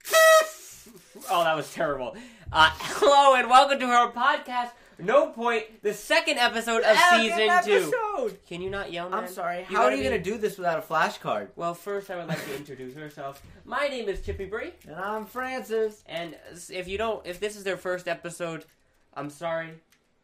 Oh, that was terrible. Uh, hello and welcome to our podcast, No Point, the second episode of season two. Episode. Can you not yell, man? I'm sorry. You How are gotta you be- gonna do this without a flashcard? Well, first I would like to introduce herself. My name is Chippy Bree, And I'm Francis. and if you don't, if this is their first episode, I'm sorry.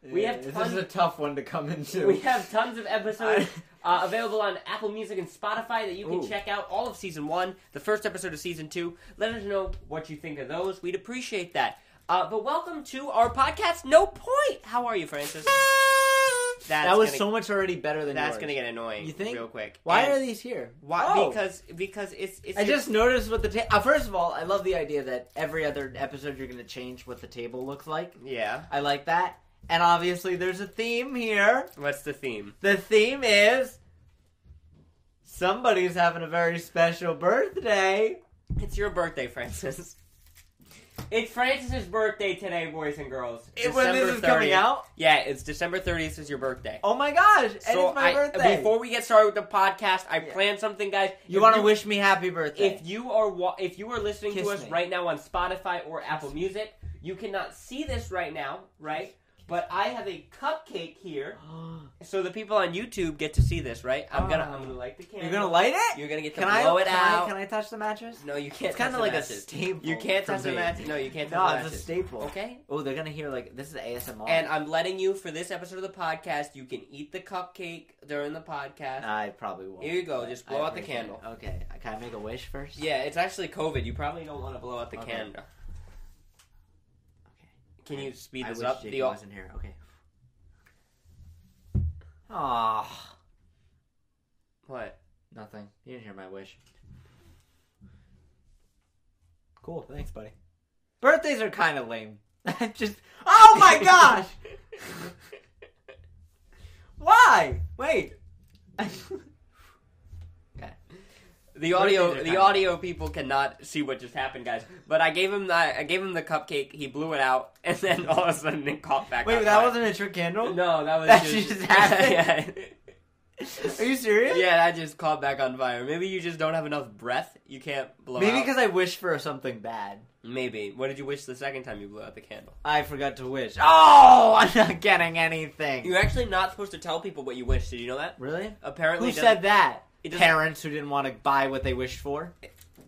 We have this tons- is a tough one to come into. We have tons of episodes uh, available on Apple Music and Spotify that you can Ooh. check out all of season one, the first episode of season two. Let us know what you think of those. We'd appreciate that. Uh, but welcome to our podcast, No Point. How are you, Francis? That's that was gonna, so much already better than That's yours. gonna get annoying. You think? Real quick. Why And are these here? Why? Oh. Because because it's it's. I just noticed what the ta- uh, first of all, I love the idea that every other episode you're gonna change what the table looks like. yeah. I like that. And obviously, there's a theme here. What's the theme? The theme is somebody's having a very special birthday. It's your birthday, Francis. It's Francis's birthday today, boys and girls. It- when this December is coming 30th. out. Yeah, it's December 30th is your birthday. Oh my gosh! And So it's my I- birthday. Before we get started with the podcast, I Yeah. planned something, guys. you If want to wish me happy birthday? If you are wa- if you are listening Kiss to us me. right now on Spotify or Apple Music, you cannot see this right now, right? But I have a cupcake here, so the people on YouTube get to see this, right? I'm gonna Ah. I'm gonna light the candle. You're gonna light it? You're gonna get to Can I blow it can out. I, can I touch the mattress? No, you can't. It's touch kind of the like matches. a staple. You can't for touch the me. matches. No, you can't touch No, the it's a matches. staple. Okay. Oh, they're gonna hear like this is ASMR. And I'm letting you for this episode of the podcast. You can eat the cupcake during the podcast. I probably won't. Here you go, but just I blow out the appreciate it. candle. Okay. Can I make a wish first? Yeah, it's actually COVID. You probably don't want to blow out the Okay. candle. Okay. Can you speed I this wish up? Jake The au- wasn't here. Okay. Ah, what? nothing. You didn't hear my wish. Cool. Thanks, buddy. Birthdays are kind of lame. just. Oh my gosh. Why? Wait. The audio, Birthdays are the kinda- audio people cannot see what just happened, guys. But I gave him the, I gave him the cupcake. He blew it out, and then all of a sudden it caught back. Wait, up. that wasn't a trick candle? No, that was That just, just happened? yeah. Are you serious? Yeah, that just caught back on fire. Maybe you just don't have enough breath. You can't blow. Maybe out. because I wished for something bad. maybe. What did you wish the second time you blew out the candle? I forgot to wish. Oh, I'm not getting anything. You're actually not supposed to tell people what you wish. Did you know that? Really? Apparently, Who it doesn't- said that? it doesn't- Parents who didn't want to buy what they wished for.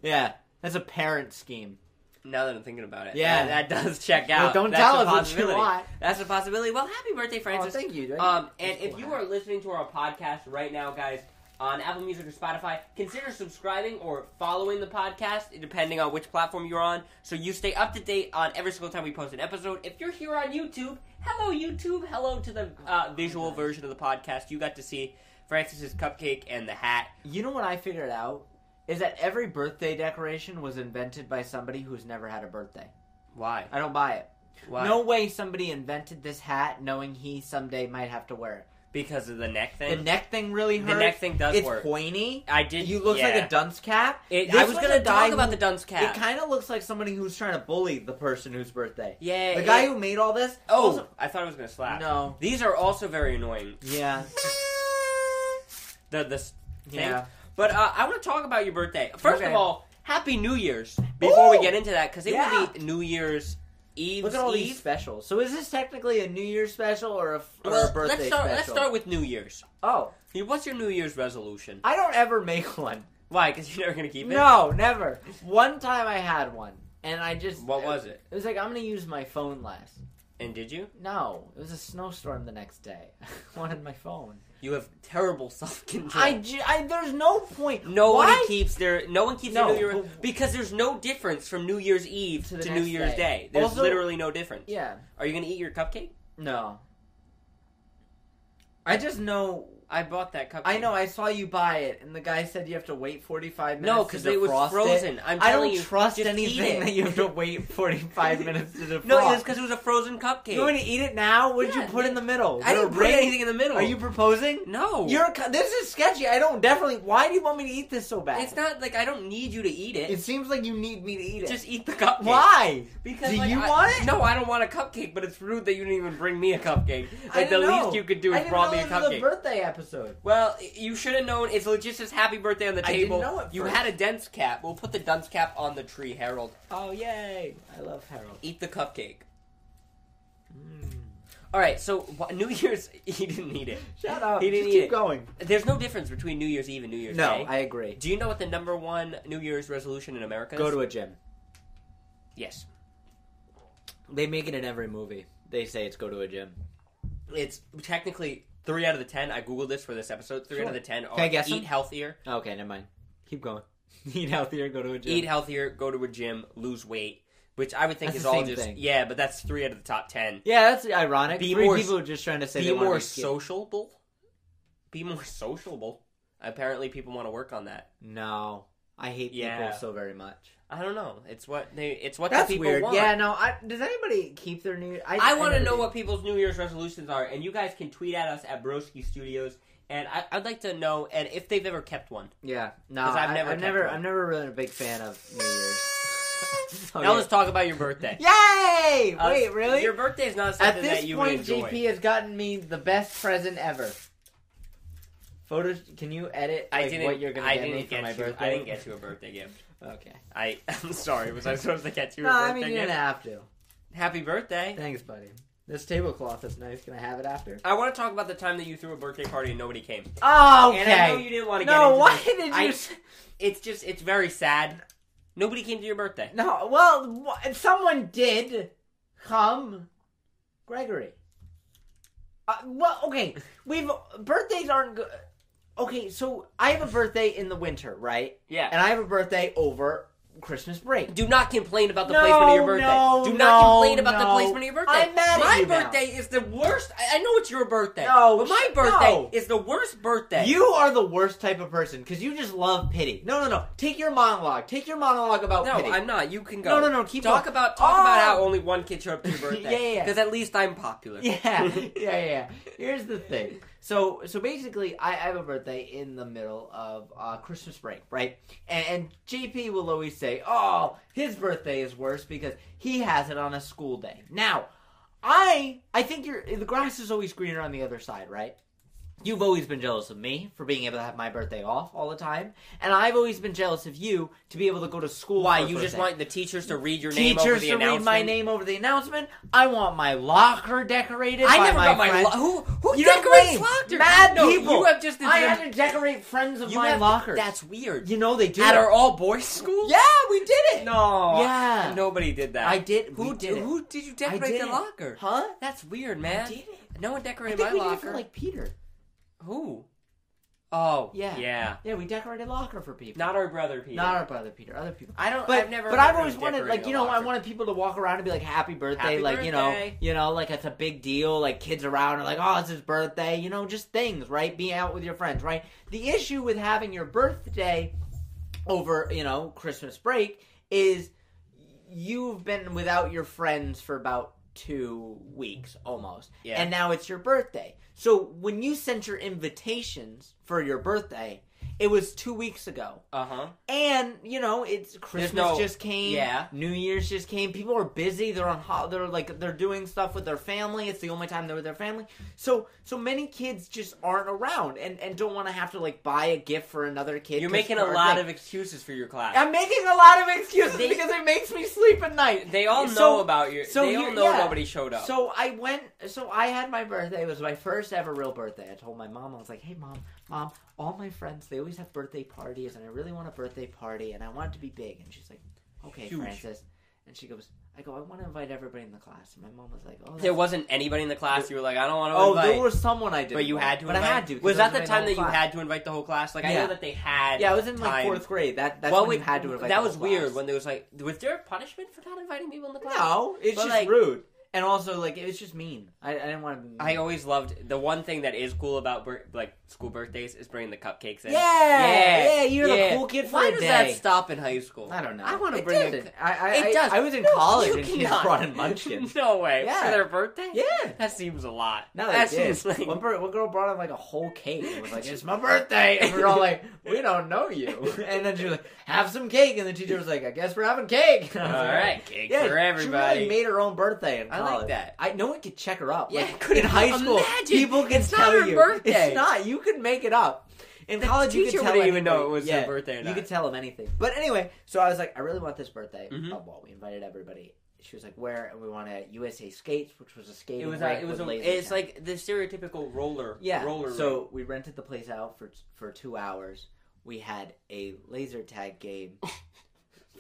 Yeah, that's a parent scheme. Now that I'm thinking about it, Yeah. that, that does check Well, out. don't That's tell a us what you possibility. want. That's a possibility. Well, happy birthday, Oh, Francis. thank you. Um, and if you are listening to our podcast right now, guys, on Apple Music or Spotify, consider subscribing or following the podcast, depending on which platform you're on, so you stay up to date on every single time we post an episode. If you're here on YouTube, hello YouTube, hello to the uh, visual version of the podcast. You got to see Francis's cupcake and the hat. you know what I figured out is that every birthday decoration was invented by somebody who's never had a birthday. Why? I don't buy it. Why? No way somebody invented this hat knowing he someday might have to wear because of the neck it. thing. The neck thing really The hurts. neck thing does it's work. pointy. I did. You look like yeah. a dunce cap. It, This I was was gonna a guy talk about who- the dunce cap. It kind of looks like somebody who's trying to bully the person whose birthday. yeah, The it- guy who made all this. Oh, also- I thought it was gonna slap. no. These are also very annoying. Yeah. The the s- thing. Yeah. But uh, I want to talk about your birthday. First Okay. of all, Happy New Year's. Before we Ooh! get into that, because it will Yeah. be New Year's Eve. Look at all Eve. these specials. So is this technically a New Year's special or a, f- or Well, a birthday let's start. special? Let's start with New Year's. Oh, Hey, What's your New Year's resolution? I don't ever make one. Why? Because you're never gonna keep it. No, never. One time I had one, and I just What was it? It was like I'm gonna use my phone less. And did you? No, it was a snowstorm the next day. I wanted my phone. You have terrible self control. I, ju- I there's no point. Nobody Why? keeps their no one keeps No, their New Year but- because there's no difference from New Year's Eve to, To the New next Year's Day. day. There's Also- literally no difference. Yeah. Are you gonna eat your cupcake? No. I just know. I bought that cupcake. I know. I saw you buy it, and the guy said you have to wait 45 minutes. No, because because it was frozen. I'm I telling don't you, trust just eat it. anything that you have to wait 45 minutes to defrost. No, it was because it was a frozen cupcake. you want to eat it now? What did Yeah, you put in the middle? I didn't The put ring? anything in the middle. Are you proposing? No, You're. co- This is sketchy. I don't definitely. Why do you want me to eat this so bad? It's not like I don't need you to eat it. It seems like you need me to eat it. Just eat the cupcake. why? Because do like, you I- want it? No, I don't want a cupcake. But it's rude that you didn't even bring me a cupcake. I Like the didn't know. least you could do I is didn't brought me know a this was cupcake. birthday episode. Well, you should have known. It's legit says happy birthday on the I didn't table. know at you first. had a dense cap. We'll put the dunce cap on the tree, Harold. Oh yay! I love Harold. Mm. Eat the cupcake. All right, so wh- New Year's, he didn't need it. Shut up. He didn't Just eat keep it. going. There's no difference between New Year's Eve and New Year's No, Day. I agree. Do you know what the number one New Year's resolution in America is? Go to a gym. yes, They make it in every movie. They say it's go to a gym. it's technically three out of the ten. I googled this for this episode. Three Sure. out of the ten are I guess eat them? healthier, Okay, never mind. Keep going. Eat healthier. Go to a gym. eat healthier, go to a gym, lose weight, which I would think That's is the all same just thing. yeah. But that's three out of the top ten. yeah, that's ironic. Be Three more- people are just trying to say be they want more to be sociable. Be more sociable. Apparently, people want to work on that. No, I hate Yeah. people so very much. I don't know. It's what they. It's what That's the people weird. want. Yeah, no. I, does anybody keep their new? I want to know never what do. people's New Year's resolutions are, and you guys can tweet at us at Broski Studios, and I, I'd like to know and if they've ever kept one. Yeah, no. 'Cause I've never I've never, I've kept never, one. I'm never really a big fan of New Year's. Oh, now yeah. let's talk about your birthday. Yay! Uh, Wait, really? Your birthday is not At something that this you point, would enjoy. GP has gotten me the best present ever. Photos? Can you edit? I like, didn't. what you're gonna I get didn't me for get my you. birthday? I didn't get you a birthday gift. Okay. I. I'm sorry. Was I supposed to get you No, a I birthday mean you gift? didn't have to. Happy birthday. Thanks, buddy. This tablecloth is nice. Can I have it after? I want to talk about the time that you threw a birthday party and nobody came. Oh, And I know you didn't want to get No, into why this. did you? I- s- It's just. It's very sad. Nobody came to your birthday. No, well, wh- someone did come. Gregory. Uh, well, okay. We've birthdays aren't good. Okay, so I have a birthday in the winter, right? Yeah. And I have a birthday over Christmas break. Do not complain about the No, placement of your birthday. no, Do not no, complain about the no. placement of your birthday. I'm mad at my you now. birthday is the worst. I, I know it's your birthday. No, but my sh- birthday no. is the worst birthday. You are the worst type of person because you just love pity. No, no, no. Take your monologue. Take your monologue about no, pity. I'm not. You can go. No, no, no, keep talk going. about talk about Oh. how only one kid showed up to your birthday. Yeah, yeah, yeah. Because at least I'm popular. Yeah, yeah, yeah, yeah. Here's the thing. So, so basically, I, I have a birthday in the middle of uh, Christmas break, right? And, and JP will always say, "Oh, his birthday is worse because he has it on a school day." Now, I, I think you're, the grass is always greener on the other side, right? You've always been jealous of me for being able to have my birthday off all the time, and I've always been jealous of you to be able to go to school. Why for a you just birthday want the teachers to read your name over teachers the to read announcement? my name over the announcement. I want my locker decorated. I by never my got my friends. lo- who who You know decorates me. lockers? Mad no, people. You have just I assumed- had to decorate friends of you my have- lockers. That's weird. you know they do. At that. our all boys school? yeah, we did it. No. Yeah. Nobody did that. I did. Who we did? it. Who did you I decorate did the it. locker? Huh? That's weird, man. I did it. No one I decorated think my we did it locker. for like Peter. Who? Oh, Yeah. yeah. Yeah, we decorated locker for people. Not our brother Peter. Not our brother Peter. Other people. I don't. But I've never. but heard I've of always wanted like decorating you a know I locker. wanted people to walk around and be like happy birthday Happy like you know birthday. you know like it's a big deal like kids around are like oh it's his birthday you know just things right being out with your friends right the issue with having your birthday over you know Christmas break is you've been without your friends for about two weeks almost Yeah. and now it's your birthday so when you sent your invitations for your birthday it was two weeks ago Uh huh. and you know, it's Christmas no- just came. yeah. New Year's just came. People are busy. They're on. Ho- they're like they're doing stuff with their family. It's the only time they're with their family. So so many kids just aren't around and and don't want to have to like buy a gift for another kid. You're 'cause making a for- lot of excuses for your class. I'm making a lot of excuses They- because it makes me sleep at night. they all know So- about you. so they all you- know yeah. nobody showed up. So I went. So I had my birthday. It was my first ever real birthday. I told my mom. I was like, "Hey, mom, mom, all my friends they always have birthday parties, and I really want a birthday party, and I want it to be big." And she's like, "Okay, Huge. Francis." And she goes, "I go. I want to invite everybody in the class." And my mom was like, "Oh, there that's- wasn't anybody in the class. You were like, I don't want to oh, invite. there was someone I did, but you had to. but invite. I had to. 'cause Was I that the time that inviting you whole had to invite the whole class? Like I Yeah. know that they had. class. Yeah, I was in like time. fourth grade. That that's Well, when we- you had to invite. That the was whole weird class. when there was like, was there punishment for not inviting people in the class? No, it's But, just like- rude, and also like it was just mean. I, I didn't want to. Be mean. I always loved the one thing that is cool about bir- like school birthdays is bringing the cupcakes in. Yeah, yeah, yeah, you're yeah. the cool kid for Why a does day. that stop in high school? I don't know. I want to It bring does. a. I, I, It I- does. I was in No, college you and kids cannot. brought in munchkins. no way. Yeah. For their birthday? Yeah. That seems a lot. No, they that did. seems like One, per- one girl brought in like a whole cake and was like, "It's my birthday," and we were all like, "We don't know you." And then she was like, "Have some cake," and the teacher was like, "I guess we're having cake." And I was all like, right, cake Yeah, for she really everybody. made her own birthday and I I college. like that. I no one could check her up. Yeah, Like could in high you school, imagine? people can It's not tell her you. birthday. It's not. You can make it up. In The college, you teacher can tell wouldn't even know anybody. it was her Yeah, birthday or You not. could tell them anything. But anyway, so I was like, I really want this birthday. Mhm. Oh, well, we invited everybody. She was like, where? And we want a USA Skates, which was a skating. It was rink like it was with a, laser it's tag. like the stereotypical roller yeah. roller so we rented the place out for for two hours. We had a laser tag game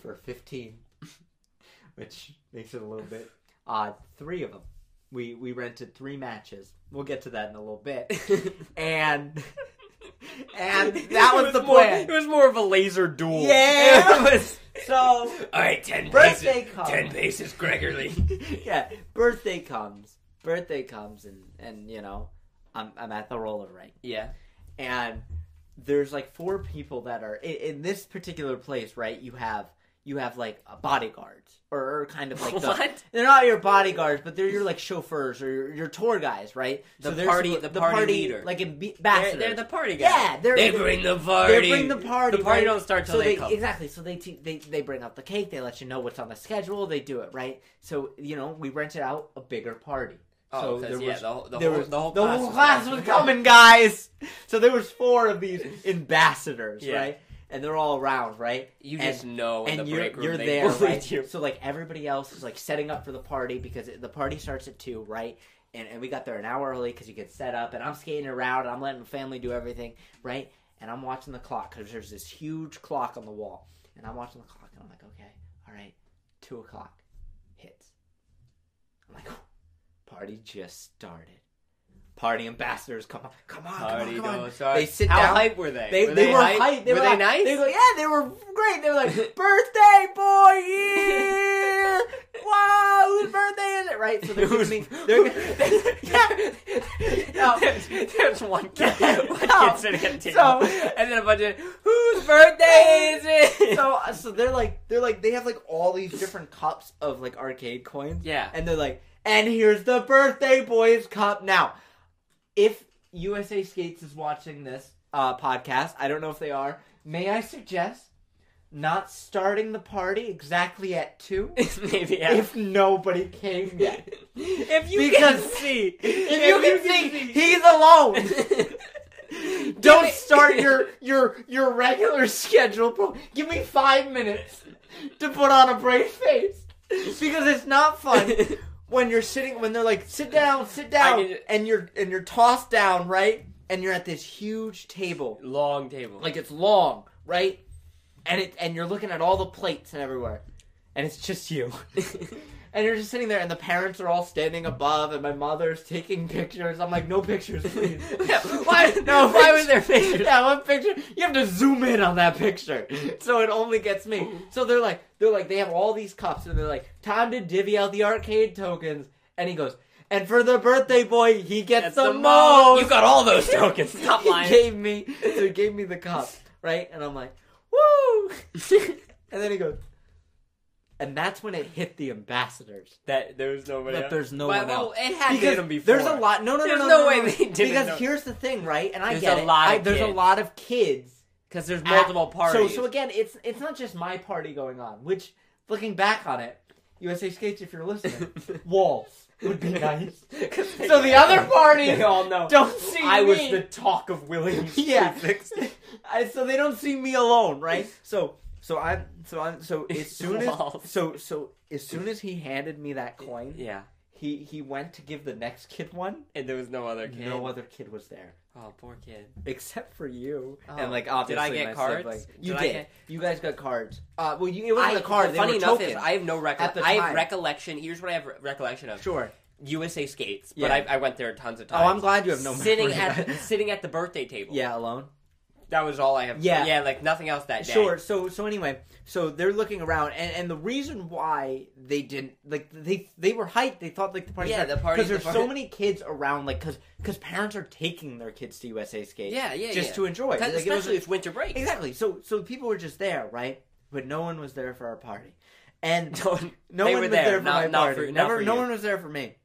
for fifteen, which makes it a little bit odd. Three of them. We we rented three matches. We'll get to that in a little bit. ring. And and that was, It the more- plan. it was more of a laser duel. Yeah. It was- So All right, ten birthday paces. comes. Ten paces, Gregory. yeah, birthday comes. Birthday comes, and and you know, I'm I'm at the roller rink, yeah. and there's like four people that are in, in this particular place, right? You have you have like a bodyguards or kind of like the, what? they're not your bodyguards, but they're your like chauffeurs or your, your tour guys, right? The they're party- suppo- the party leader. like They're, ambi- ambassadors. they're the party guys. yeah, they're They bring the party. They bring the party. The party right? don't start till so they, come. Exactly. So they, te- they they bring out the cake. They let you know what's on the schedule. They do it right. So you know we rented out a bigger party. Oh, so 'cause, there yeah, was- the whole, the there whole, was- the whole the class, whole class was coming, guys. So there was four of these ambassadors, Yeah. right? And they're all around, right? You And- just know in and the you're break room you're they there, bullied right? you. So like everybody else is like setting up for the party because it, the party starts at two, right? And and we got there an hour early because you get set up, and I'm skating around, and I'm letting the family do everything, right? And I'm watching the clock because there's this huge clock on the wall, and I'm watching the clock, and I'm like, okay, all right, two o'clock hits. I'm like, party just started. Party ambassadors, come on, Ah, come on, Party come on, come on. don't start. They sit How down. hype were they? They, were they, they, were hype. hype? They were, were, they like- nice? They go, yeah, they were great. They were like, birthday boy, yeah! wow, whose birthday is it? Right? So they're Who's- giving me, they're giving- yeah. No. There's, there's one kid, one No. kid sitting at a table, So- and then a bunch of whose birthday is it? So, so they're like, they're like, they have like all these different cups of like arcade coins, yeah, and they're like, and here's the birthday boys cup. Now, if USA Skates is watching this uh, podcast, I don't know if they are. May I suggest not starting the party exactly at two? maybe yeah. if nobody came yet. If you Because- can see, If you can see, he's alone. Don't it- start your your your regular schedule. Pro- Give me five minutes to put on a brave face because it's not fun when you're sitting when they're like sit down, sit I down, did- and you're and you're tossed down right, and you're at this huge table long table. like it's long, right? And it and you're looking at all the plates and everywhere, and it's just you. And you're just sitting there, and the parents are all standing above, and my mother's taking pictures. I'm like, no pictures, please. why? No, why was there pictures? Yeah, one picture. You have to zoom in on that picture, so it only gets me. So they're like, they're like, they have all these cups, and they're like, time to divvy out the arcade tokens. And he goes, and for the birthday boy, he gets That's the, the most. most. You got all those tokens. Stop lying. He gave me, so he gave me the cup, right? And I'm like, woo! and then he goes, and that's when it hit the ambassadors that there was nobody. that else. there's no But, one well, else. it had Because them before. there's a lot. No, no, There's no, no no, way no. they didn't Because know. here's the thing, right? And I There's get a it. lot I- of there's a kids. lot of kids. because there's at- multiple So, parties. so again, it's it's not just my party going on. Which, looking back on it, USA Skates, if you're listening, walls would be nice. So the other party they all know. don't see I me. was the talk of Williams. Yeah. Prefix. I, so they don't see me alone, right? So so I'm so I'm so as soon as Walls. so so as soon as he handed me that coin, yeah, he he went to give the next kid one. and there was no other kid. No other kid was there Oh, poor kid. except for you. Oh. And like Did I obviously, get my cards? sibling. Did You I did. get- You guys got cards. Uh, well, you, it wasn't a card. They funny were enough tokens. is I have no At recollection. the I have time. recollection. Here's what I have re- recollection of: sure. USA Skates. Yeah. But I, I went there tons of Oh, times. I'm glad you have no sitting memory at of the, it. sitting at the birthday table. Yeah, alone. that was all I have. Yeah. yeah, like nothing else that day. Sure. So so anyway, so they're looking around, and, and the reason why they didn't like they they were hyped. They thought like the party. Yeah, the party's because there's the so party. many kids around. Like because because parents are taking their kids to USA Skate. Yeah, yeah, just yeah. to enjoy. Because Like, it was- especially it's winter break. exactly. So so people were just there, right? But no one was there for our party, and No one- no they one were was there, there for not- my not party. for- not Never, for no you. one was there for me.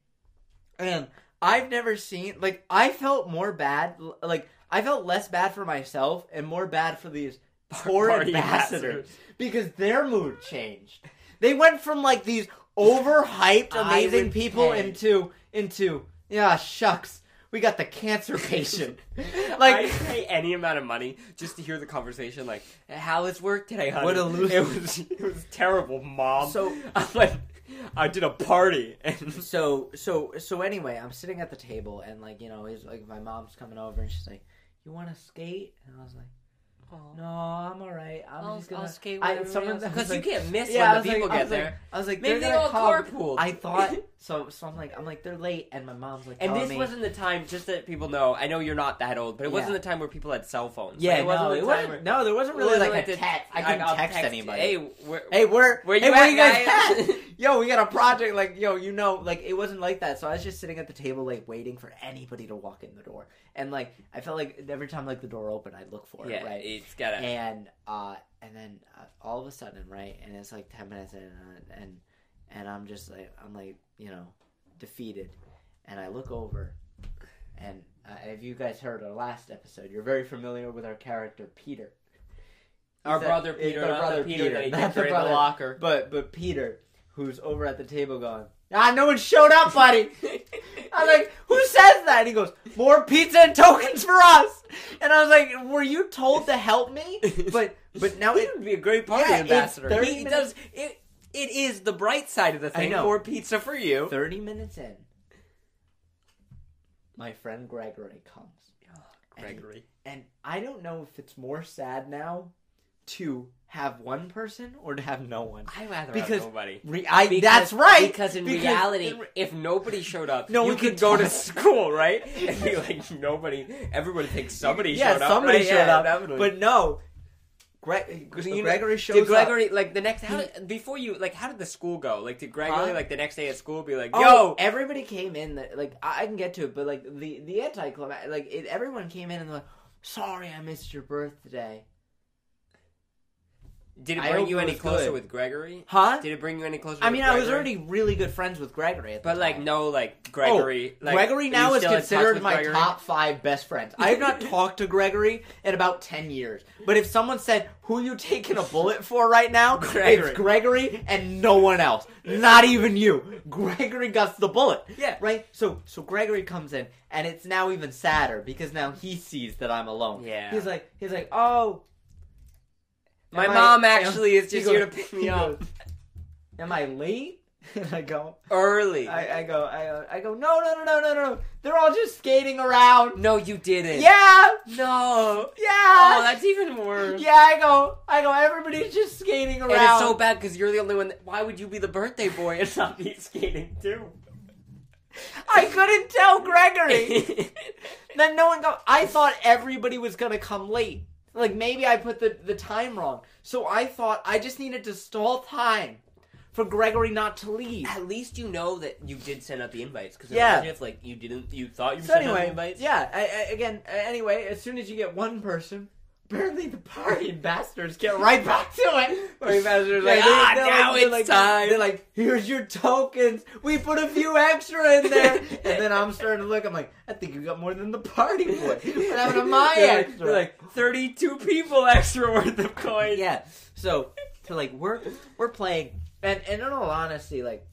And I've never seen like I felt more bad. l- Like I felt less bad for myself and more bad for these poor party ambassadors because their mood changed. They went from like these overhyped I amazing would people pay. into into yeah shucks we got the cancer patient Like, like I'd pay any amount of money just to hear the conversation. Like, how was work today, honey? What a loser. It was, it was terrible, mom. So- I'm like, I did a party, and so so so anyway i'm sitting at the table and like you know he's like my mom's coming over and she's like you want to skate and i was like no i'm all right i'm just gonna skate I- someone- I was because you like- can't miss yeah, I when was the people like, I get was like- there. I was like, Maybe they're they gonna all come. carpooled. I thought so. So I'm like, I'm like, they're late, and my mom's like, and telling this me, wasn't the time. Just that people know. I know you're not that old, but it wasn't Yeah. the time where people had cell phones. yeah, Like, it wasn't no, the it time wasn't. where- No, there wasn't it really wasn't like a the- text. I couldn't I'll text, anybody. Hey, where, Hey, where, Where you hey, at, where you guys guys? at? yo, we got a project. Like, yo, you know, like it wasn't like that. So I was just sitting at the table, like waiting for anybody to walk in the door, and like I felt like every time like the door opened, I'd look for yeah, it, right? it's gotta. and uh and then uh, all of a sudden right and it's like 10 minutes in and and, and i'm just like i'm like you know defeated and i look over and uh, if you guys heard our last episode you're very familiar with our character peter our Is that- brother it's Peter, our not brother the Peter, Peter, that he not kept the her in the brother. locker. but but peter who's over at the table going ah no one showed up buddy I'm like, who says that? And he goes, more pizza and tokens for us. And I was like, were you told to help me? But but now he it, would be a great party Yeah, it's ambassador. 30 He minutes- does it. It is the bright side of the I thing. know. More pizza for you. 30 minutes in, my friend Gregory comes. Gregory. And I don't know if it's more sad now to have one person or to have no one. I rather Because- have nobody. Re- I, Because- that's right. Because in Because reality, in re- if nobody showed up, No you one could could go to talk. school, right? And be like, nobody. Everybody thinks somebody yeah, showed up. somebody right? showed Yeah, up. definitely. But no, Gre- You know, Gregory shows did up. Gregory like the next? How did, before you like? How did the school go? Like, did Gregory Huh? like the next day at school be like, Oh, "Yo, everybody came in. That, like I I can get to it, but like the the anticlimax, like it, everyone came in and they're like, "Sorry, I missed your birthday." did it I bring hope you it any was closer good. with Gregory? Huh? Did it bring you any closer? I with mean, I was Gregory? already really good friends with Gregory, at the But like time. Oh, no, like Gregory. like, Gregory you now is still in touch considered with my Gregory? top five best friends. I have not talked to Gregory in about ten years. But if someone said, "Who you taking a bullet for right now?" Gregory. It's Gregory and no one else. Not even you. Gregory guts the bullet. Yeah. Right. So so Gregory comes in, and it's now even sadder because now he sees that I'm alone. Yeah. He's like he's like oh. My am I- mom am- actually is he just here to goes- pick he me up goes, Am I late? And I go, early. I, I go, I, go- I go, no, no, no, no, no, no. They're all just skating around. no, you didn't. Yeah, No. Oh, yeah, that's even worse. yeah. I go, I go. Everybody's just skating around. And it's so bad because you're the only one. That, why would you be the birthday boy and not be skating too? I couldn't tell Gregory. then no one go. I thought everybody was gonna come late. Like maybe I put the the time wrong. So I thought I just needed to stall time for Gregory not to leave. At least you know that you did send out the invites. Because Yeah. imagine if like you didn't, you thought you So sent out the anyway, invites. yeah. I, I, again, a- anyway, as soon as you get one person, apparently the party ambassadors get right back to it. Party ambassadors are Yeah, like, they- "Ah, they're now like- they're it's like- time." They're like, "Here's your tokens. We put a few extra in there." and then I'm starting to look. I'm like, "I think you got more than the party boy. What happened to my They're like- extra?" they're like 32 people extra worth of coins. yeah. So, so like we're we're playing, and, and in all honesty, like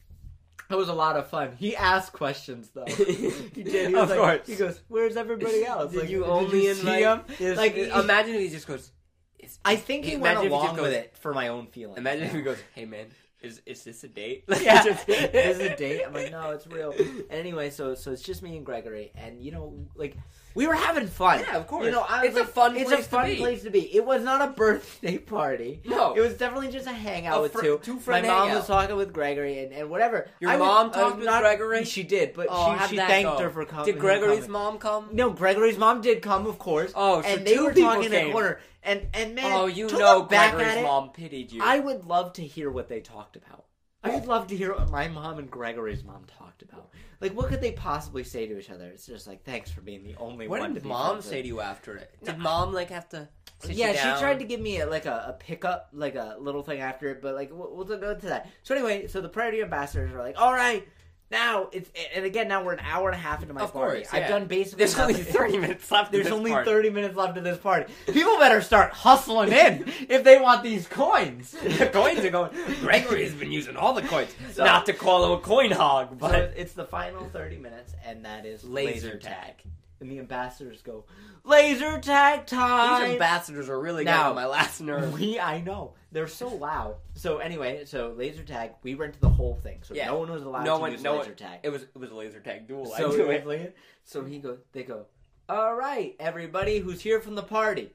it was a lot of fun. He asked questions though. He did. He was Of like, course. He goes, "Where's everybody else? Did like, you only see invite- him?" It's- Like, it- he- imagine if he just goes. "Is- I think he went Imagine if he just along goes- with it for my own feelings. Imagine if he goes, "Hey man, is is this a date?" Like, yeah, just- this is a date. I'm like, no, it's real. And anyway, so so it's just me and Gregory, and you know, like we were having fun. Yeah, of course. You know, I was It's a like, fun It's place a to fun be. place to be. It was not a birthday party. No. it was definitely just a hangout A with fr- Oh, two. two friend My mom hangout. was talking with Gregory and, and whatever. Your I was- mom I talked with was not- Gregory? She did, but Oh, how'd she, she that thanked go? her for coming. Did Gregory's coming. mom come? No, Gregory's mom did come, of course. Oh, so and they two were people talking in came. the corner, and and man, Oh, you to know look back Gregory's at it, mom pitied you. I would love to hear what they talked about. I would love to hear what my mom and Gregory's mom talked about. Like, what could they possibly say to each other? It's just like, thanks for being the only what one. did to mom say to you after it? Did mom like have to? Sit Yeah, you down? she tried to give me a, like a, a pickup, like a little thing after it, but like we'll, we'll go into that. So anyway, so the priority ambassadors are like, all right, Now it's and again now we're an hour and a half into my Of party. course, I've yeah. done basically There's only nothing. 30 minutes left. in There's this only part. 30 minutes left of this party. People better start hustling in if they want these coins. the coins are going. Gregory has been using all the coins. So- Not to call him a coin hog, So but it's the final 30 minutes, and that is Laser laser tag. tag. And the ambassadors go, Laser tag time! these ambassadors are really Now- getting on my last nerve. We, I know. They're so loud. So, anyway, so laser tag, we rented the whole thing. So, Yeah. no one was allowed No to one- use no one- laser tag. It was it was a laser tag duel. I So, knew it. so he goes, they go, All right, everybody who's here from the party.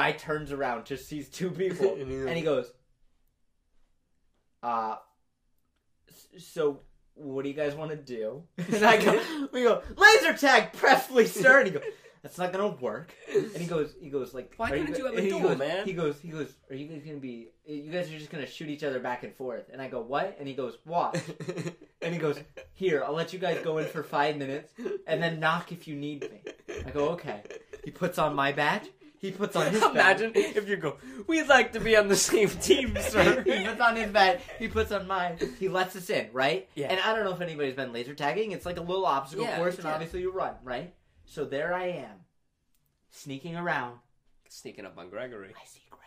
Guy turns around, just sees two people, And he goes- and he goes, Uh, s- so what do you guys want to do? And I go, We go, laser tag Presley Stern. He goes, That's not gonna work. And he goes, he goes like, Why "Are couldn't go- you have a and he duel, goes- man?" He goes, he goes, are you guys gonna be? You guys are just gonna shoot each other back and forth. And I go, what? And he goes, watch. And he goes, Here, I'll let you guys go in for five minutes and then knock if you need me. I go, Okay. He puts on my badge. He puts on his Imagine if you go. We'd like to be on the same team, badge. sir. he puts on his badge. He puts on mine. He lets us in, right? Yeah. And I don't know if anybody's been laser tagging. It's like a little obstacle Yeah, course, and yeah. obviously you run, right? So there I am, sneaking around. Sneaking up on Gregory. I see Gregory.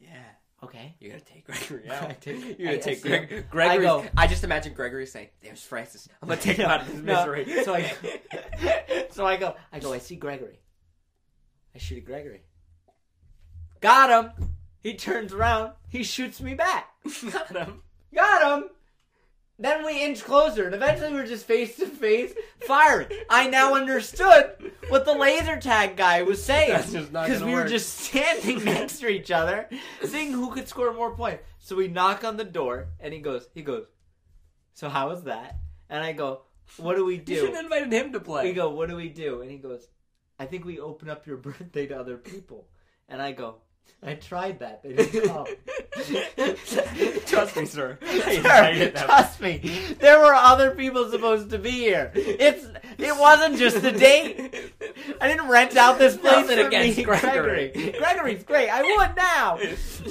Yeah. Okay. You're gonna take Gregory I out. take- You're I- I gonna take see Greg. him. I Gregory. go- I, just imagine Gregory saying, "There's Francis. I'm gonna take him out of his No, misery." So I, so I go, I go, I see Gregory. I shoot at Gregory. Got him. He turns around. He shoots me back. Got him. Got him. Then we inch closer, and eventually we're just face to face firing. I now understood what the laser tag guy was saying That's just not because gonna we were work. just standing next to each other, seeing who could score more points. So we knock on the door, and he goes, he goes. So how was that? And I go, what do we do? You should have invited him to play. we go, what do we do? And he goes, I think we open up your birthday to other people. And I go, I tried that. They didn't come. Trust me, sir. I "Oh." Sir, invited them. trust me, there were other people supposed to be here. It's it wasn't just the date. I didn't rent out this place Nothing for against me, Gregory. Gregory's great. I would now.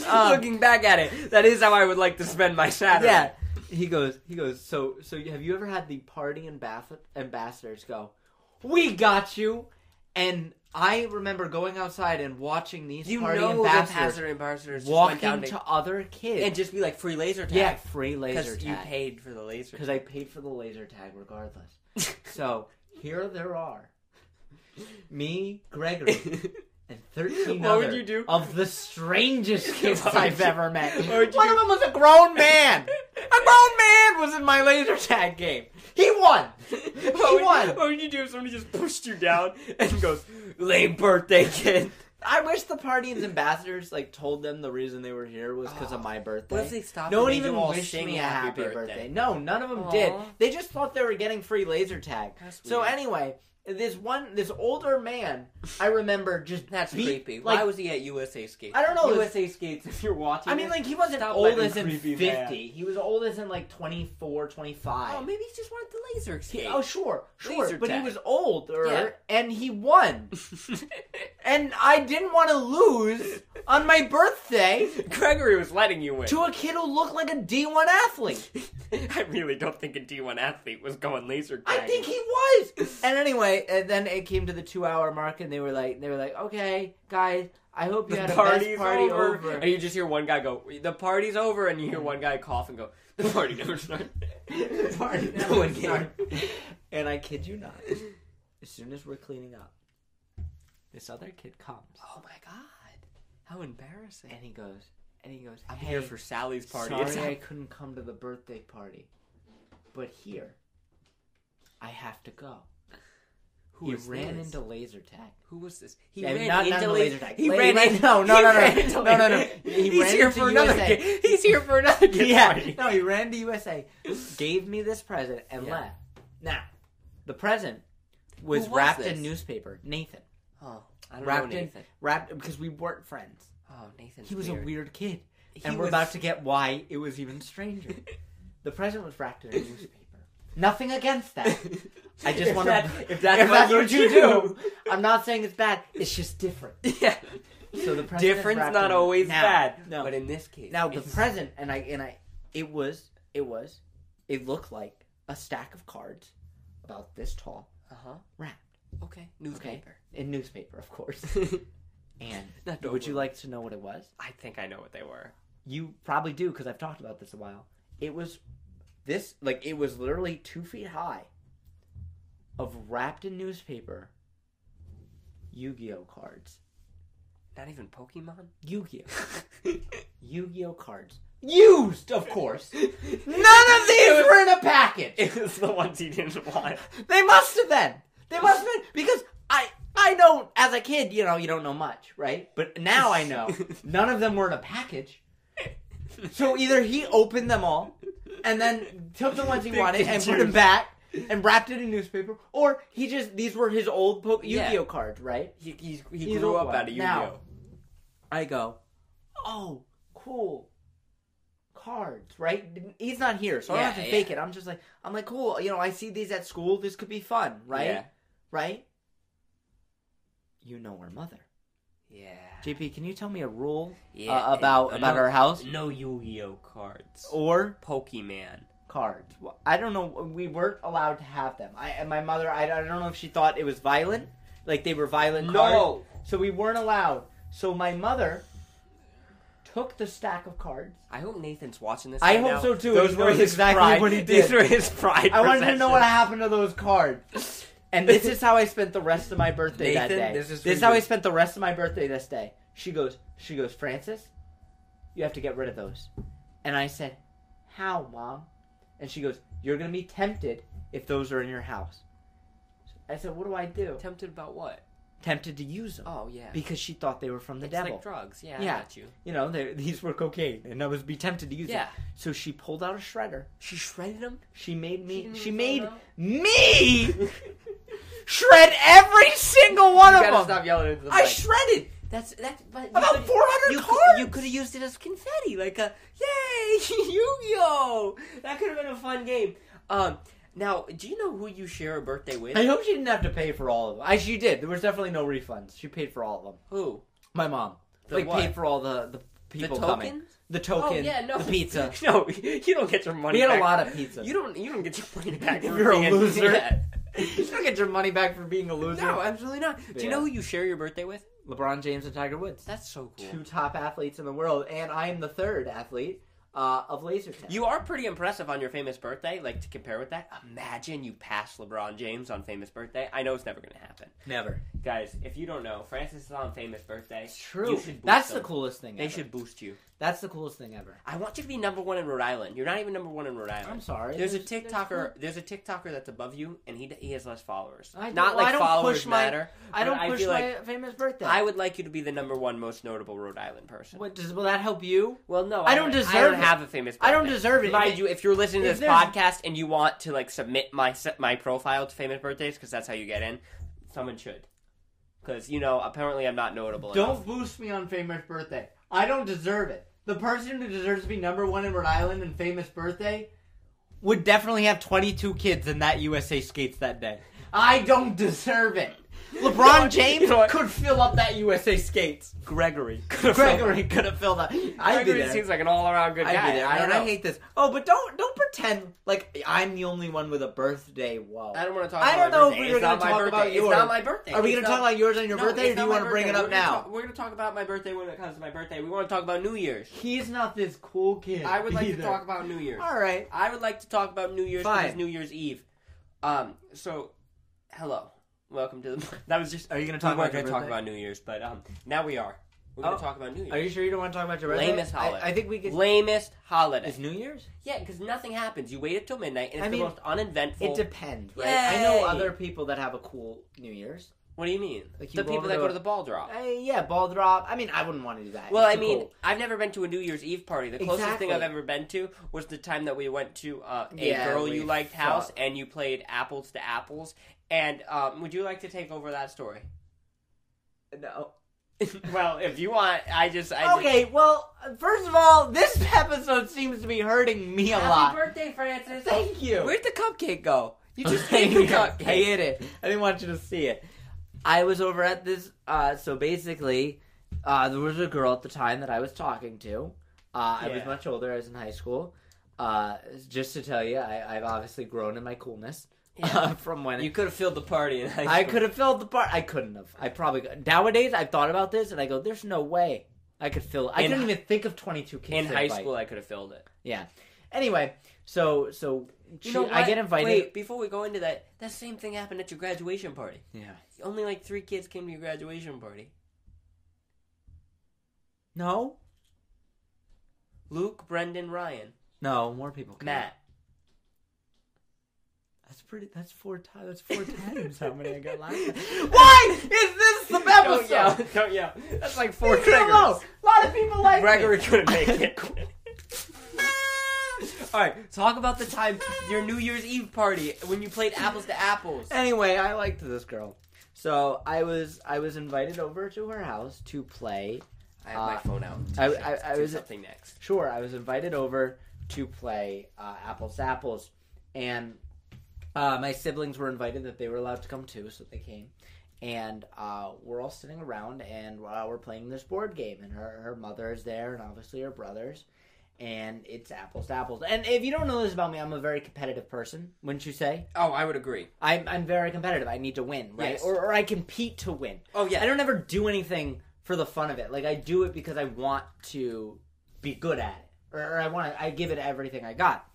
Um, Looking back at it, that is how I would like to spend my Saturday. Yeah. He goes. He goes. So so you- have you ever had the party ambas- ambassadors go? We got you. And I remember going outside and watching these You party know that ambassadors pastor ambassadors just went down walking to, to other kids and just be like free laser tag. yeah, free laser because you tag paid for the laser. because I paid for the laser tag regardless. So here there are me, Gregory, and thirteen What other would you do? of the strangest kids What would I've you- ever met. what would you One do? of them was a grown man. A grown man was in my laser tag game. He won. He what, would, won. what would you do if somebody just pushed you down and goes, "Lame birthday kid"? I wish the party and ambassadors like told them the reason they were here was because of Oh, my birthday. What if they stopped? no and one made even you all wished sing me a happy birthday. No, none of them Aw. did. They just thought they were getting free laser tag. That's So weird. anyway, this one, this older man, I remember just That's beat- creepy. Like, Why was he at USA Skates? I don't know, it was- USA Skates. If you're watching, I mean, this- like he wasn't Stop old letting as in creepy 50. man. He was old as in like 24, 25. oh, maybe he just wanted the laser skate. Oh, sure, sure, Laser but he tag. was older Yeah. and he won. oh, and I didn't want to lose on my birthday Gregory was letting you win. to a kid who looked like a D1 athlete. I really don't think a D1 athlete was going laser tag. I think he was. And anyway, and then it came to the two-hour mark, and they were like, they were like, okay, guys, I hope you the had a party's best party over. over. and you just hear one guy go, "The party's over," and you hear Mm. one guy cough and go, "The party never started." Sorry, No that one was came. sorry. And I kid you not, as soon as we're cleaning up, this other kid comes Oh my god, how embarrassing! and he goes, and he goes, I'm hey, here for Sally's party. Sorry, It's- I couldn't come to the birthday party, but here, I have to go. who he is ran this? into laser tag. Who was this? He Yeah, ran not- not into the laser laser tag. He La- ran la- in. no, no, he no, no. ran into No, no, no. laser- He He's ran here into for another. USA. Kid. He's here for another kid. yeah, no, he ran to USA, gave me this present, and Yeah. left. Now, the present was, was wrapped this? in newspaper. Nathan Oh, I don't wrapped know Nathan. in wrapped because we weren't friends. Oh, Nathan's He was weird. a weird kid, He and we're was- about to get why it was even stranger. the present was wrapped in a newspaper. Nothing against that. I just If want to. that- if that's what you do, I'm not saying it's bad. It's just different. Yeah. So the present is Difference wrapped not in- always Now- bad, No, but in this case, now the it's- present and I and I it was it was it looked like a stack of cards about this tall Uh huh. Wrapped. Okay. Newspaper. in newspaper, of course. and Not would you Dover. like to know what it was? I think I know what they were. You probably do because I've talked about this a while. It was this like it was literally two feet high of wrapped in newspaper Yu-Gi-Oh cards. Not even Pokemon. Yu-Gi-Oh. Yu-Gi-Oh cards. Used, of course. None of these were in a package. It was the ones he didn't want. They must have been. They must have been because I I don't as a kid, you know, you don't know much, right? But now I know. None of them were in a package. So either he opened them all and then took the ones he Picked wanted and and put them chose. back and wrapped it in newspaper, or he just these were his old po- Yeah. Yu-Gi-Oh cards, right? He, he's, he He's grew old up one. out of Yu Gi Now. Oh. I go, oh, cool. Cards, right? He's not here, so I don't Yeah, have to yeah. fake it. I'm just like, I'm like, cool. You know, I see these at school. This could be fun, right? Yeah. Right? You know her mother. Yeah. JP, can you tell me a rule yeah. uh, about Uh, about no, our house No Yu Gi Oh cards. or Pokemon. cards? Well, I don't know. We weren't allowed to have them. I and my mother. I, I don't know if she thought it was violent, like they were violent cards. No. So we weren't allowed. So my mother took the stack of cards. I hope Nathan's watching this. I right hope now. so, too. Those He were knows his exactly pride. what he These did. were his pride. I wanted to know what possessions. happened to those cards. And this is how I spent the rest of my birthday that Nathan, day. this is for how you. I spent the rest of my birthday this day. She goes, she goes, Francis, you have to get rid of those. And I said, how, mom? And she goes, you're gonna be tempted if those are in your house. I said, what do I do? Tempted about what? Tempted to use them Oh yeah. because she thought they were from the it's devil. like drugs. Yeah. Yeah. I got you. you know, they, these were cocaine, and I was be tempted to use Yeah. them. So she pulled out a shredder. She shredded them. She made me. didn't She, even made find out? me shred every single one You of gotta them. stop yelling into the I mic. shredded that's that's but you about could- 400 you could- cards. you could have used it as confetti, like a yay Yu-Gi-Oh. That could have been a fun game. Um, now, do you know who you share a birthday with? I hope she didn't have to pay for all of them. I, she did. There was definitely no refunds. She paid for all of them. who? My mom. The like what? paid for all the the people the coming. tokens? The token. Oh yeah, no The pizza. no, you don't get your money. We had a back. lot of pizza. You don't. You don't get your money back. If for you're a being loser. yeah. You don't get your money back for being a loser. No, absolutely not. Do Yeah. you know who you share your birthday with? LeBron James and Tiger Woods. That's so cool. Two top athletes in the world, and I am the third athlete uh, of laser tag. You are pretty impressive on your famous birthday. Like to compare with that, imagine you pass LeBron James on famous birthday. I know it's never going to happen, never. guys. If you don't know, Francis is on famous birthday. It's true. You should boost That's the them. coolest thing. They ever. should boost you. That's the coolest thing ever. I want you to be number one in Rhode Island. You're not even number one in Rhode I'm Island. sorry. There's a TikToker. There's a TikToker that's above you, and he he has less followers. I don't- Not like I don't followers push my- matter. I don't but I push feel my like- famous birthday. I would like you to be the number one most notable Rhode Island person. What, does, will that help you? Well, no, I don't I deserve don't it. have a famous. Birthday. I don't deserve it. Mind you, if you're listening to if this there's- podcast and you want to like submit my se- my profile to famous birthdays because that's how you get in, someone should. Because you know, apparently I'm not notable. enough. don't boost me on famous birthday. I don't deserve it. The person who deserves to be number one in Rhode Island and famous birthday would definitely have 22 kids in that USA skates that day. I don't deserve it. LeBron James you know what? could fill up that USA skates. Gregory. Gregory could have filled up. I'd be Gregory there. seems like an all around good I'd guy. be there. I don't man. know. I hate this. Oh, but don't don't pretend like I'm the only one with a birthday. Whoa. I don't want to talk. I about don't know my if birthday. we were It's gonna not my talk birthday. about It's yours. not my birthday. Are we It's going to not- talk about yours on your No, birthday, or it's do not you my want to bring it birthday. up We're gonna now? talk- we're gonna talk about my birthday when it comes to my birthday. We want to talk about New Year's. He's not this cool kid. I would like to either. talk about New Year's. All right. I would like to talk about New Year's 'cause Fine. it's New Year's Eve. Um, so hello, welcome to the. That was just. Are you going to we weren't going to talk about New Year's, but um, now we are. We're going Oh. to talk about New Are Year's. you sure you don't want to talk about your birthday? Lamest holiday. I, I think we could. Lamest holiday. Is New Year's? yeah, because nothing happens. You wait until midnight, and I it's the mean, most uneventful. It depends, right? I know Yay. other people that have a cool New Year's. what do you mean? Like you the go over people that to go a- to the ball drop. Uh, yeah, ball drop. I mean, I wouldn't want to do that. Well, I It's too mean, cool. I've never been to a New Year's Eve party. The closest Exactly. thing I've ever been to was the time that we went to uh, a Yeah, girl we you liked house, fucked. and you played apples to apples. And um, would you like to take over that story? no. well, if you want, I just I Just, Okay, well, first of all, this episode seems to be hurting me a Happy lot. birthday, Francis! Thank you. Where'd the cupcake go? You just I ate the I cupcake. hit it. I didn't want you to see it. I was over at this. Uh, so basically, uh, there was a girl at the time that I was talking to. Uh, I was Yeah. much older. I was in high school. Uh, Uh, just to tell you, I, I've obviously grown in my coolness Yeah. uh, from when You could have filled the party in high school. I could have filled the part. I couldn't have. I probably could. nowadays I've thought about this and I go, "There's no way I could fill." I In didn't even think of 22 kids in to high invite. school. I could have filled it. Anyway, so so You she- know what? I get invited. Wait, before we go into that, that same thing happened at your graduation party. Yeah. Only like three kids came to your graduation party. No, Luke, Brendan, Ryan, no, more people. came. Matt. That's pretty. That's four times. That's four times how many I got last. time. Why is this the Don't episode? yell! Don't yell! That's like four Leave me alone. Gregors. A lot of people like me. Gregory couldn't make it. All right, talk about the time your New Year's Eve party when you played apples to apples. Anyway, I liked this girl. So I was I was invited over to her house to play. I have my Uh, phone out. I- Touche. I- Let's I do was- something next. Sure, I was invited over to play uh, apples to apples, and uh, my siblings were invited that they were allowed to come too, so they came. And uh, we're all sitting around and uh, we're playing this board game, and her her mother is there, and obviously her brothers. And it's apples to apples. And if you don't know this about me, I'm a very competitive person, wouldn't you say? Oh, I would agree. I'm, I'm very competitive. I need to win, right? Yes. Or, or I compete to win. Oh yeah, I don't ever do anything for the fun of it. Like I do it because I want to be good at it, or, or I want to. I give it everything I got,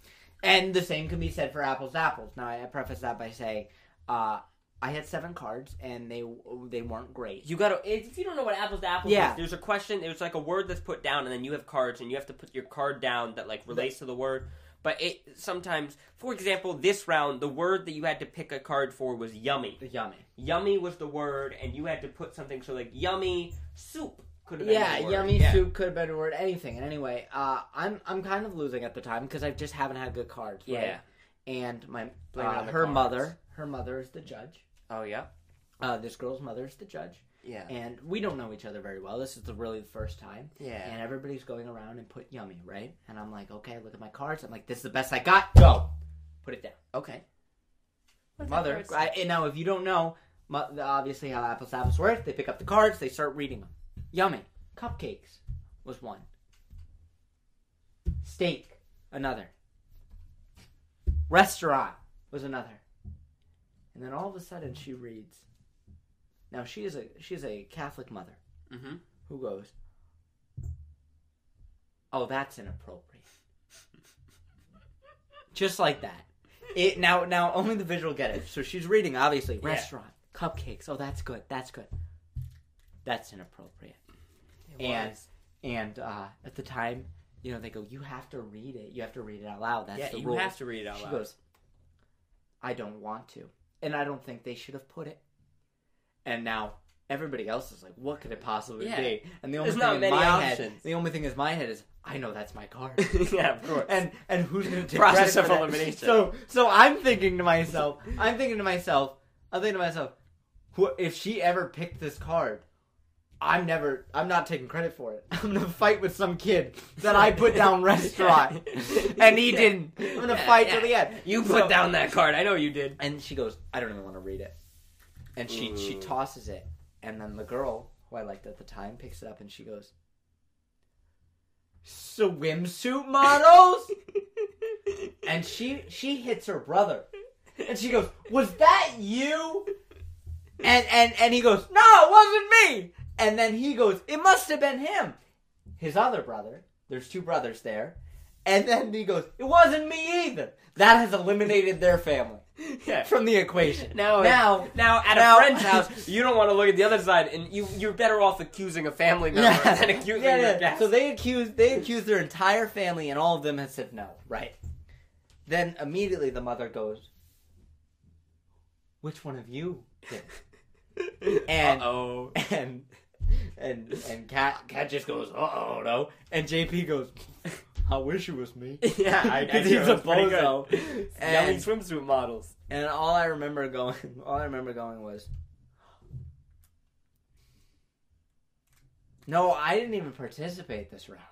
and the same can be said for apples to apples. Now I, I preface that by saying, uh, I had seven cards and they they weren't great. You gotta. If you don't know what apples to apples Yeah. is, there's a question. There's like a word that's put down, and then you have cards, and you have to put your card down that like relates to the word. But it sometimes, for example, this round, the word that you had to pick a card for was yummy. Yummy. Yummy was the word, and you had to put something. So like yummy soup could have Yeah, been. the word. yummy Yeah. soup could have been a word. Anything. And anyway, uh, I'm I'm kind of losing at the time because I just haven't had good cards. Right? Yeah. And my Blame it uh, on the her cards. mother, her mother is the judge. Oh yeah. Uh, this girl's mother is the judge. Yeah. and we don't know each other very well. This is the really the first time. Yeah. And everybody's going around and put yummy, right? And I'm like, okay, look at my cards. I'm like, this is the best I got. Go, put it down, Okay. What's that mother. card say? I, and now, if you don't know, mo- obviously how apples to apples work, they pick up the cards, they start reading them. Yummy, cupcakes was one. Steak, another. Restaurant was another. And then all of a sudden, she reads. Now she is a she is a Catholic mother Mhm. who goes, "Oh, that's inappropriate." Just like that. It now now only the visual get it. So she's reading obviously Yeah. restaurant cupcakes. Oh, that's good. That's good. That's inappropriate. And was. and uh, at the time, you know, they go, "You have to read it. You have to read it out loud. That's yeah, the you rule." have to read it out She loud. goes, I don't want to. And I don't think they should have put it. And now everybody else is like, what could it possibly Yeah. be? And the only There's thing not in many my head, options. the only thing is my head is, I know that's my card. yeah, of course. and and who's gonna take Process credit for of that? elimination. So so I'm thinking to myself, I'm thinking to myself, I'm thinking to myself, who, if she ever picked this card, I'm never, I'm not taking credit for it. I'm gonna fight with some kid that I put down restaurant, and he Yeah. didn't. I'm gonna Yeah, fight yeah. till the end. you So- put down that card. I know you did. and she goes, I don't even want to read it. And she she Ooh. tosses it. And then the girl, who I liked at the time, picks it up and she goes, Swimsuit models? and she she hits her brother. And she goes, Was that you? And and and he goes, No, it wasn't me. And then he goes, It must have been him. His other brother, there's two brothers there. And then he goes, It wasn't me either. That has eliminated their family yeah. from the equation. Now, Now- now at now- a friend's house, you don't want to look at the other side, and you you're better off accusing a family member than accusing Yeah, your yeah. guest. So they accuse they accuse their entire family, and all of them have said no. Right. Then immediately the mother goes, "Which one of you?" did it?" And oh, and and and cat cat just goes, "Uh oh, no." And JP goes, "I wish it was me." yeah, I, I Because do. he's It a was pretty good. bozo. Yummy And, swimsuit models. and all I remember going, all I remember going was, no, I didn't even participate this round.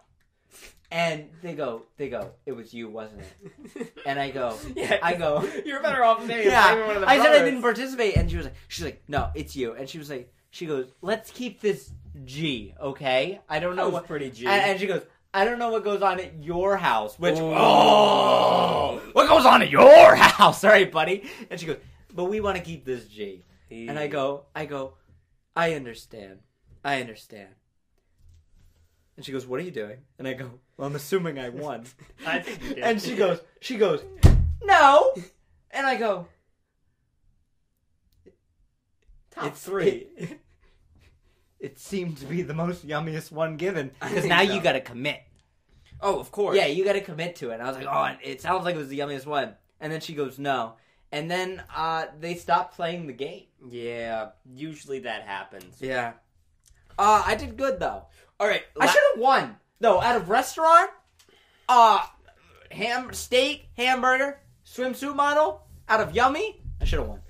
And they go, they go, it was you, wasn't it? And I go, yeah, I go, You're better off saying one of yeah. the I said I brothers. didn't participate, and she was like, she's like, no, it's you. And she was like, she goes, let's keep this G, okay? I don't That know was what. pretty G. And, and she goes, I don't know what goes on at your house, which Ooh. oh, what goes on at your house? All right, buddy. And she goes, but we want to keep this G. And I go, I go, I understand, I understand. And she goes, what are you doing? And I go, well, I'm assuming I won. I think you did. and she goes, she goes, no. And I go, top It's- three. It, it seemed to be the most yummiest one given I because think now so. you got to commit. oh, of course. Yeah, you got to commit to it. And I was like, oh, it sounds like it was the yummiest one. And then she goes, no. And then uh, they stopped playing the game. Yeah. Usually that happens. Yeah. Uh, I did good though. All right. I la- should have won though. Out of restaurant, uh, ham steak, hamburger, swimsuit model. Out of yummy, I should have won.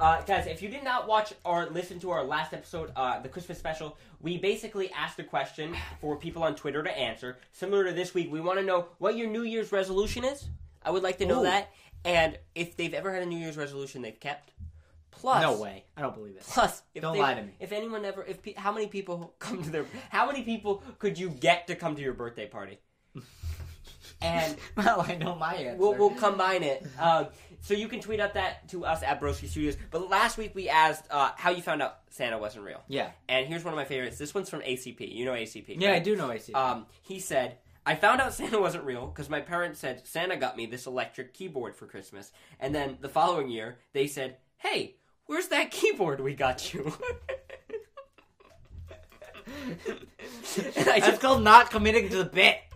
Uh, guys, if you did not watch or listen to our last episode, uh, the Christmas special, we basically asked a question for people on Twitter to answer. Similar to this week, we want to know what your New Year's resolution is. I would like to know Ooh. that. And if they've ever had a New Year's resolution they've kept. Plus, No way. I don't believe it. Plus, if Don't they- lie to me. If anyone ever, if pe- how many people come to their, how many people could you get to come to your birthday party? And well, I know my answer. We'll, we'll combine it. Um, so you can tweet out that to us at Broski Studios. But last week we asked uh, how you found out Santa wasn't real. yeah. And here's one of my favorites. This one's from ACP. You know ACP. Yeah, I right? do know AC. Um, he said, I found out Santa wasn't real because my parents said Santa got me this electric keyboard for Christmas. And then the following year, they said, Hey, where's that keyboard we got you? and I That's just, called not committing to the bit.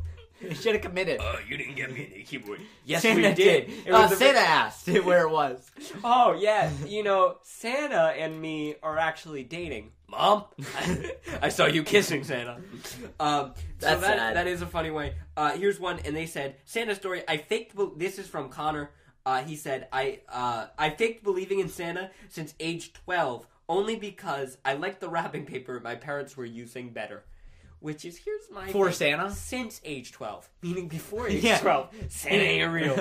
You should have committed. Oh, you didn't get me any keyboard. Yes, Santa we did. It Uh, was the- Santa asked where it was. Oh yeah, you know Santa and me are actually dating. Mom, I saw you kissing Santa. Um, so That's that, sad. that is a funny way. Uh, here's one, and they said Santa story. I faked. Be- this is from Connor. Uh, he said I uh, I faked believing in Santa since age twelve only because I liked the wrapping paper my parents were using better. Which is here's my For thing. Santa? since age twelve, meaning before age Yeah. twelve, Santa ain't real.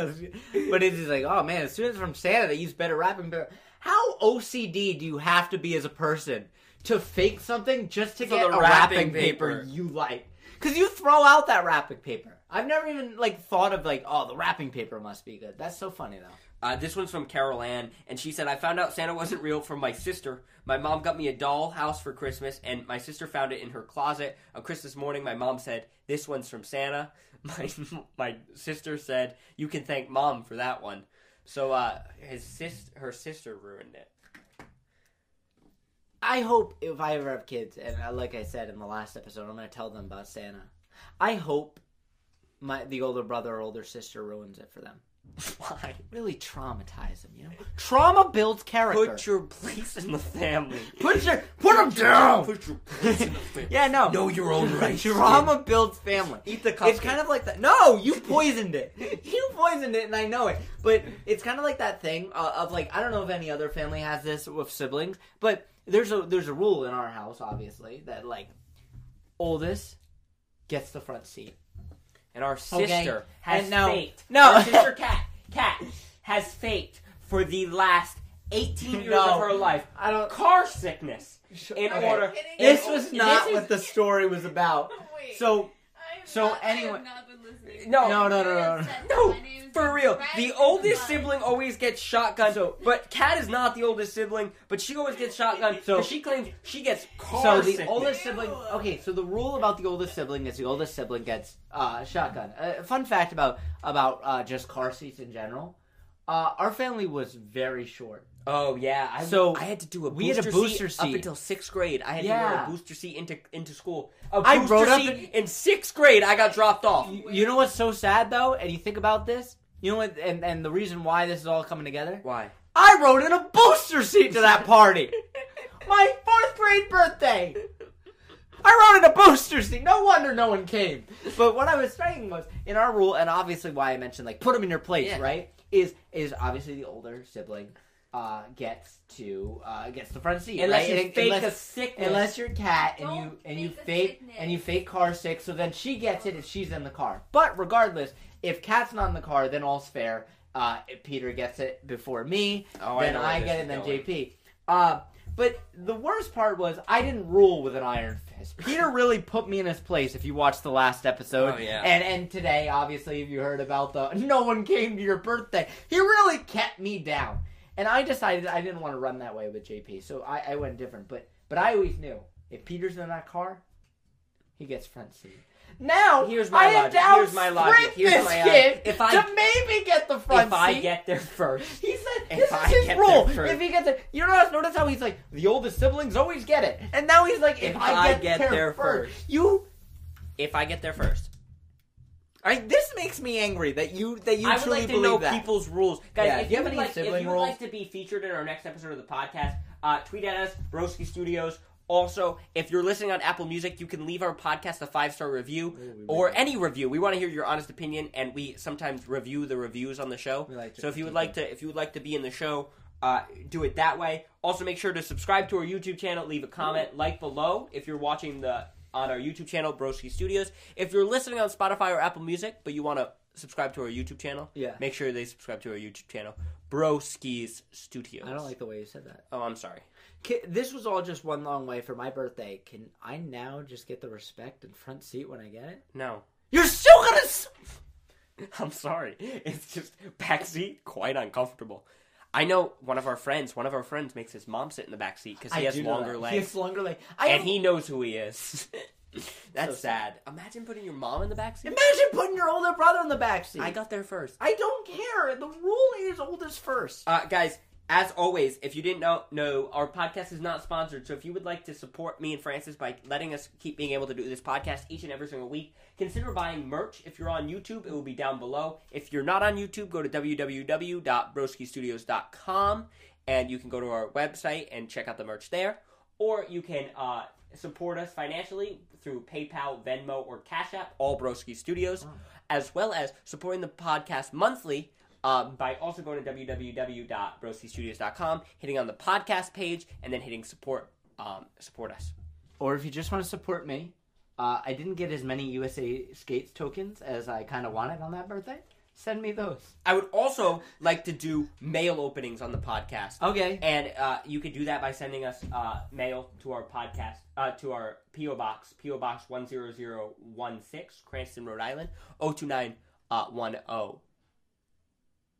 but it's just like, oh man, as soon as from Santa, they use better wrapping paper. How OCD do you have to be as a person to fake something just to For get the a wrapping wrapping, paper. paper. you like? Because you throw out that wrapping paper. I've never even like thought of like, oh, the wrapping paper must be good. That's so funny though. Uh, this one's from Carol Ann, and she said, I found out Santa wasn't real from my sister. My mom got me a doll house for Christmas, and my sister found it in her closet. On Christmas morning, my mom said, This one's from Santa. My, my sister said, You can thank mom for that one. So uh, his sis- her sister ruined it. I hope if I ever have kids, and I, like I said in the last episode, I'm going to tell them about Santa. I hope my the older brother or older sister ruins it for them. Why? Really traumatize them, you know. Trauma builds character. Put your place in the family. Put your put them down. Put your place in the family. Yeah, no. Know your own rights. Drama builds family. Eat the cupcake. It's kind of like that. No, you poisoned it. You poisoned it, and I know it. But it's kind of like that thing uh, of like I don't know if any other family has this with siblings, but there's a there's a rule in our house, obviously, that like oldest gets the front seat. and our sister Okay. has And now- faked. No. our sister Cat Cat has faked for the last eighteen years No. of her life I don't. car sickness. In Okay. order, Kidding. This in- was not this what is- the story was about. Wait. So I have so not, I have anyway- not been listening. No. No, no, no, Very no, no. upset. No, My name is for real. Brad The Pitt. oldest Bye. sibling always gets shotgunned. but Cat is not the oldest sibling, but she always gets shotgunned. So So- she claims she gets car So the sickness. oldest sibling. Okay, so the rule about the oldest sibling is the oldest sibling gets uh, shotgun. Uh, fun fact about about uh, just car seats in general. Uh, our family was very short. Oh yeah, I, So, I had to do a booster, we had a booster up seat. until sixth grade. I had to wear Yeah. a booster seat into into school. A I booster rode up seat in- in sixth grade. I got dropped off. You, you know what's so sad though, and you think about this. You know what, and, and the reason why this is all coming together. Why? I rode in a booster seat to that party. My fourth grade birthday. I rode in a booster seat. No wonder no one came. But what I was saying was, in our rule, and obviously why I mentioned like put them in your place, Yeah. right? Is is obviously the older sibling uh, gets to uh, gets the front seat, Unless right? you And- fake unless- a sickness. unless you're cat and Don't you and you fake a fake sickness. and you fake car sick, so then she gets it if she's in the car. But regardless, if cat's not in the car, then all's fair. Uh, if Peter gets it before me, Oh, I then know where I, this get is it, then going. JP. Uh, but the worst part was I didn't rule with an iron fist. Peter really put me in his place. If you watched the last episode, Oh, yeah. and and today, obviously, if you heard about the no one came to your birthday, he really kept me down. And I decided I didn't want to run that way with JP, so I, I went different. But but I always knew if Peter's in that car, he gets front seat. Now Here's my I have logic. to Here's my logic. outstrip Here's this my, uh, kid if I- to maybe get the If front seat. I get there first, He said If this I is his get rule. there first. If he gets it, you notice notice how he's like the oldest siblings always get it, and now he's like if, I, get, there, first, you. if I get there first, I, this makes me angry that you that you I would truly like to believe know that. people's rules, guys. Yeah, If do you you have would any like, if you sibling would rules? like to be featured in our next episode of the podcast, uh, tweet at us, Broski Studios. Also, if you're listening on Apple Music, you can leave our podcast a five star review or any review. We want to hear your honest opinion, and we sometimes review the reviews on the show. We like to so if you would critique like to, if you would like to be in the show, uh, do it that way. Also, make sure to subscribe to our YouTube channel, leave a comment, like below if you're watching the on our YouTube channel, Broski Studios. If you're listening on Spotify or Apple Music, but you want to subscribe to our YouTube channel, Yeah. make sure they subscribe to our YouTube channel, Broski's Studios. I don't like the way you said that. Oh, I'm sorry. Ki this was all just one long way for my birthday. Can I now just get the respect and front seat when I get it? No, You're still gonna. S- I'm sorry. It's just backseat quite uncomfortable. I know one of our friends. One of our friends makes his mom sit in the back seat because he has do know longer that. legs. He has longer legs. I and don't- he knows who he is. That's So sad. Imagine putting your mom in the backseat. imagine putting your older brother in the back seat. I got there first. I don't care. The rule is oldest first. Uh, guys, as always, if you didn't know, know, our podcast is not sponsored. So if you would like to support me and Francis by letting us keep being able to do this podcast each and every single week, consider buying merch. If you're on YouTube, it will be down below. If you're not on YouTube, go to www.broskistudios.com and you can go to our website and check out the merch there. Or you can uh, support us financially through PayPal, Venmo, or Cash App, all Broski Studios, as well as supporting the podcast monthly um, by also going to www.broskistudios.com, hitting on the podcast page, and then hitting support. Um, support us. or if you just want to support me, uh, I didn't get as many USA Skates tokens as I kind of wanted on that birthday. Send me those. I would also like to do mail openings on the podcast. Okay. And uh, you could do that by sending us uh, mail to our podcast, uh, to our P.O. Box, P.O. Box 10016, Cranston, Rhode Island, 02910. Uh,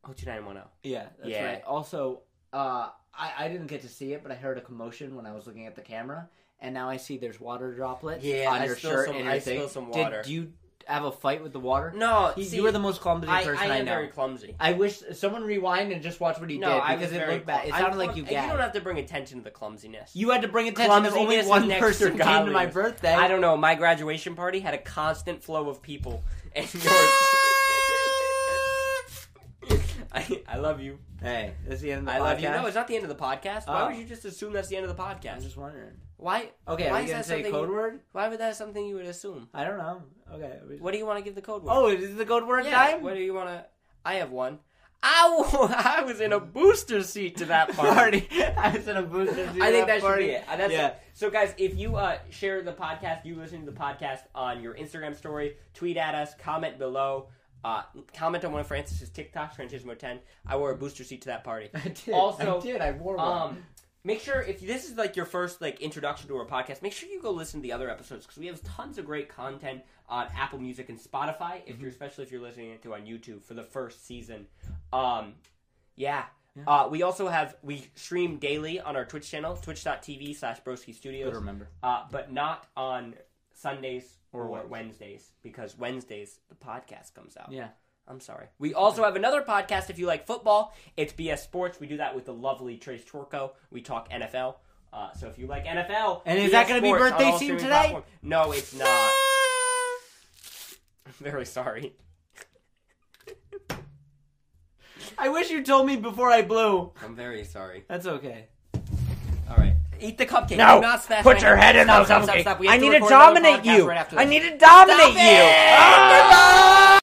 10. 02910. Yeah, that's Yeah. right. Also, uh, I, I didn't get to see it, but I heard a commotion when I was looking at the camera, and now I see there's water droplets Yeah, on I your spilled shirt some- and your I thing. spilled some Did- water. do you have a fight with the water? No, You- see, you were the most clumsy I, person I I, am know. very clumsy. I wish someone rewind and just watch what he No, did I was because it very looked bad. It clum- I'm sounded like clum- you and You don't gagged. have to bring attention to the clumsiness. You had to bring attention because only Clumsiness one next person to came to my godliness. birthday. I don't know. My graduation party had a constant flow of people, and yours. I, I love you. Hey, that's the end of the I podcast. love you. No, it's not the end of the podcast. Why Oh. would you just assume that's the end of the I'm podcast? just wondering. Why? Okay, Why are is you gonna that say something- code word? Why would that something you would assume? I don't know. Okay. we- What do you want to give the code word? Oh, is it the code word yeah. time? What do you want to? I have one. Ow! I was in a booster seat to that party. party. I was in a booster. I think that should party. be it. Uh, That's Yeah. it. So, guys, if you uh, share the podcast, you listen to the podcast on your Instagram story, tweet at us, comment below, uh, comment on one of Francis's TikToks, Francismo Ten. I wore a booster seat to that party. I did. Also, I did. I wore one. Um, make sure if this is like your first like introduction to our podcast, make sure you go listen to the other episodes because we have tons of great content on Apple Music and Spotify. If you're especially if you're listening to on YouTube for the first season, um, yeah. Uh, we also have we stream daily on our Twitch channel, twitch.tv slash broski studios. remember. Uh, but not on Sundays or, Or Wednesdays. Wednesdays because Wednesdays the podcast comes out. Yeah. I'm sorry. We also have another podcast if you like football. It's BS Sports. We do that with the lovely Trace Torco. We talk NFL. Uh, so if you like NFL, And is BS that gonna be Sports on birthday all scene streaming today? platforms. No, it's not. I'm very sorry. I wish you told me before I blew. I'm very sorry. That's okay. All right, eat the cupcake. No! Do not smash Put my your head in Stop, those stop, cupcake. Stop, stop. We I have need to record another dominate podcast you. right after I this. need to dominate Stop you. it! Ah!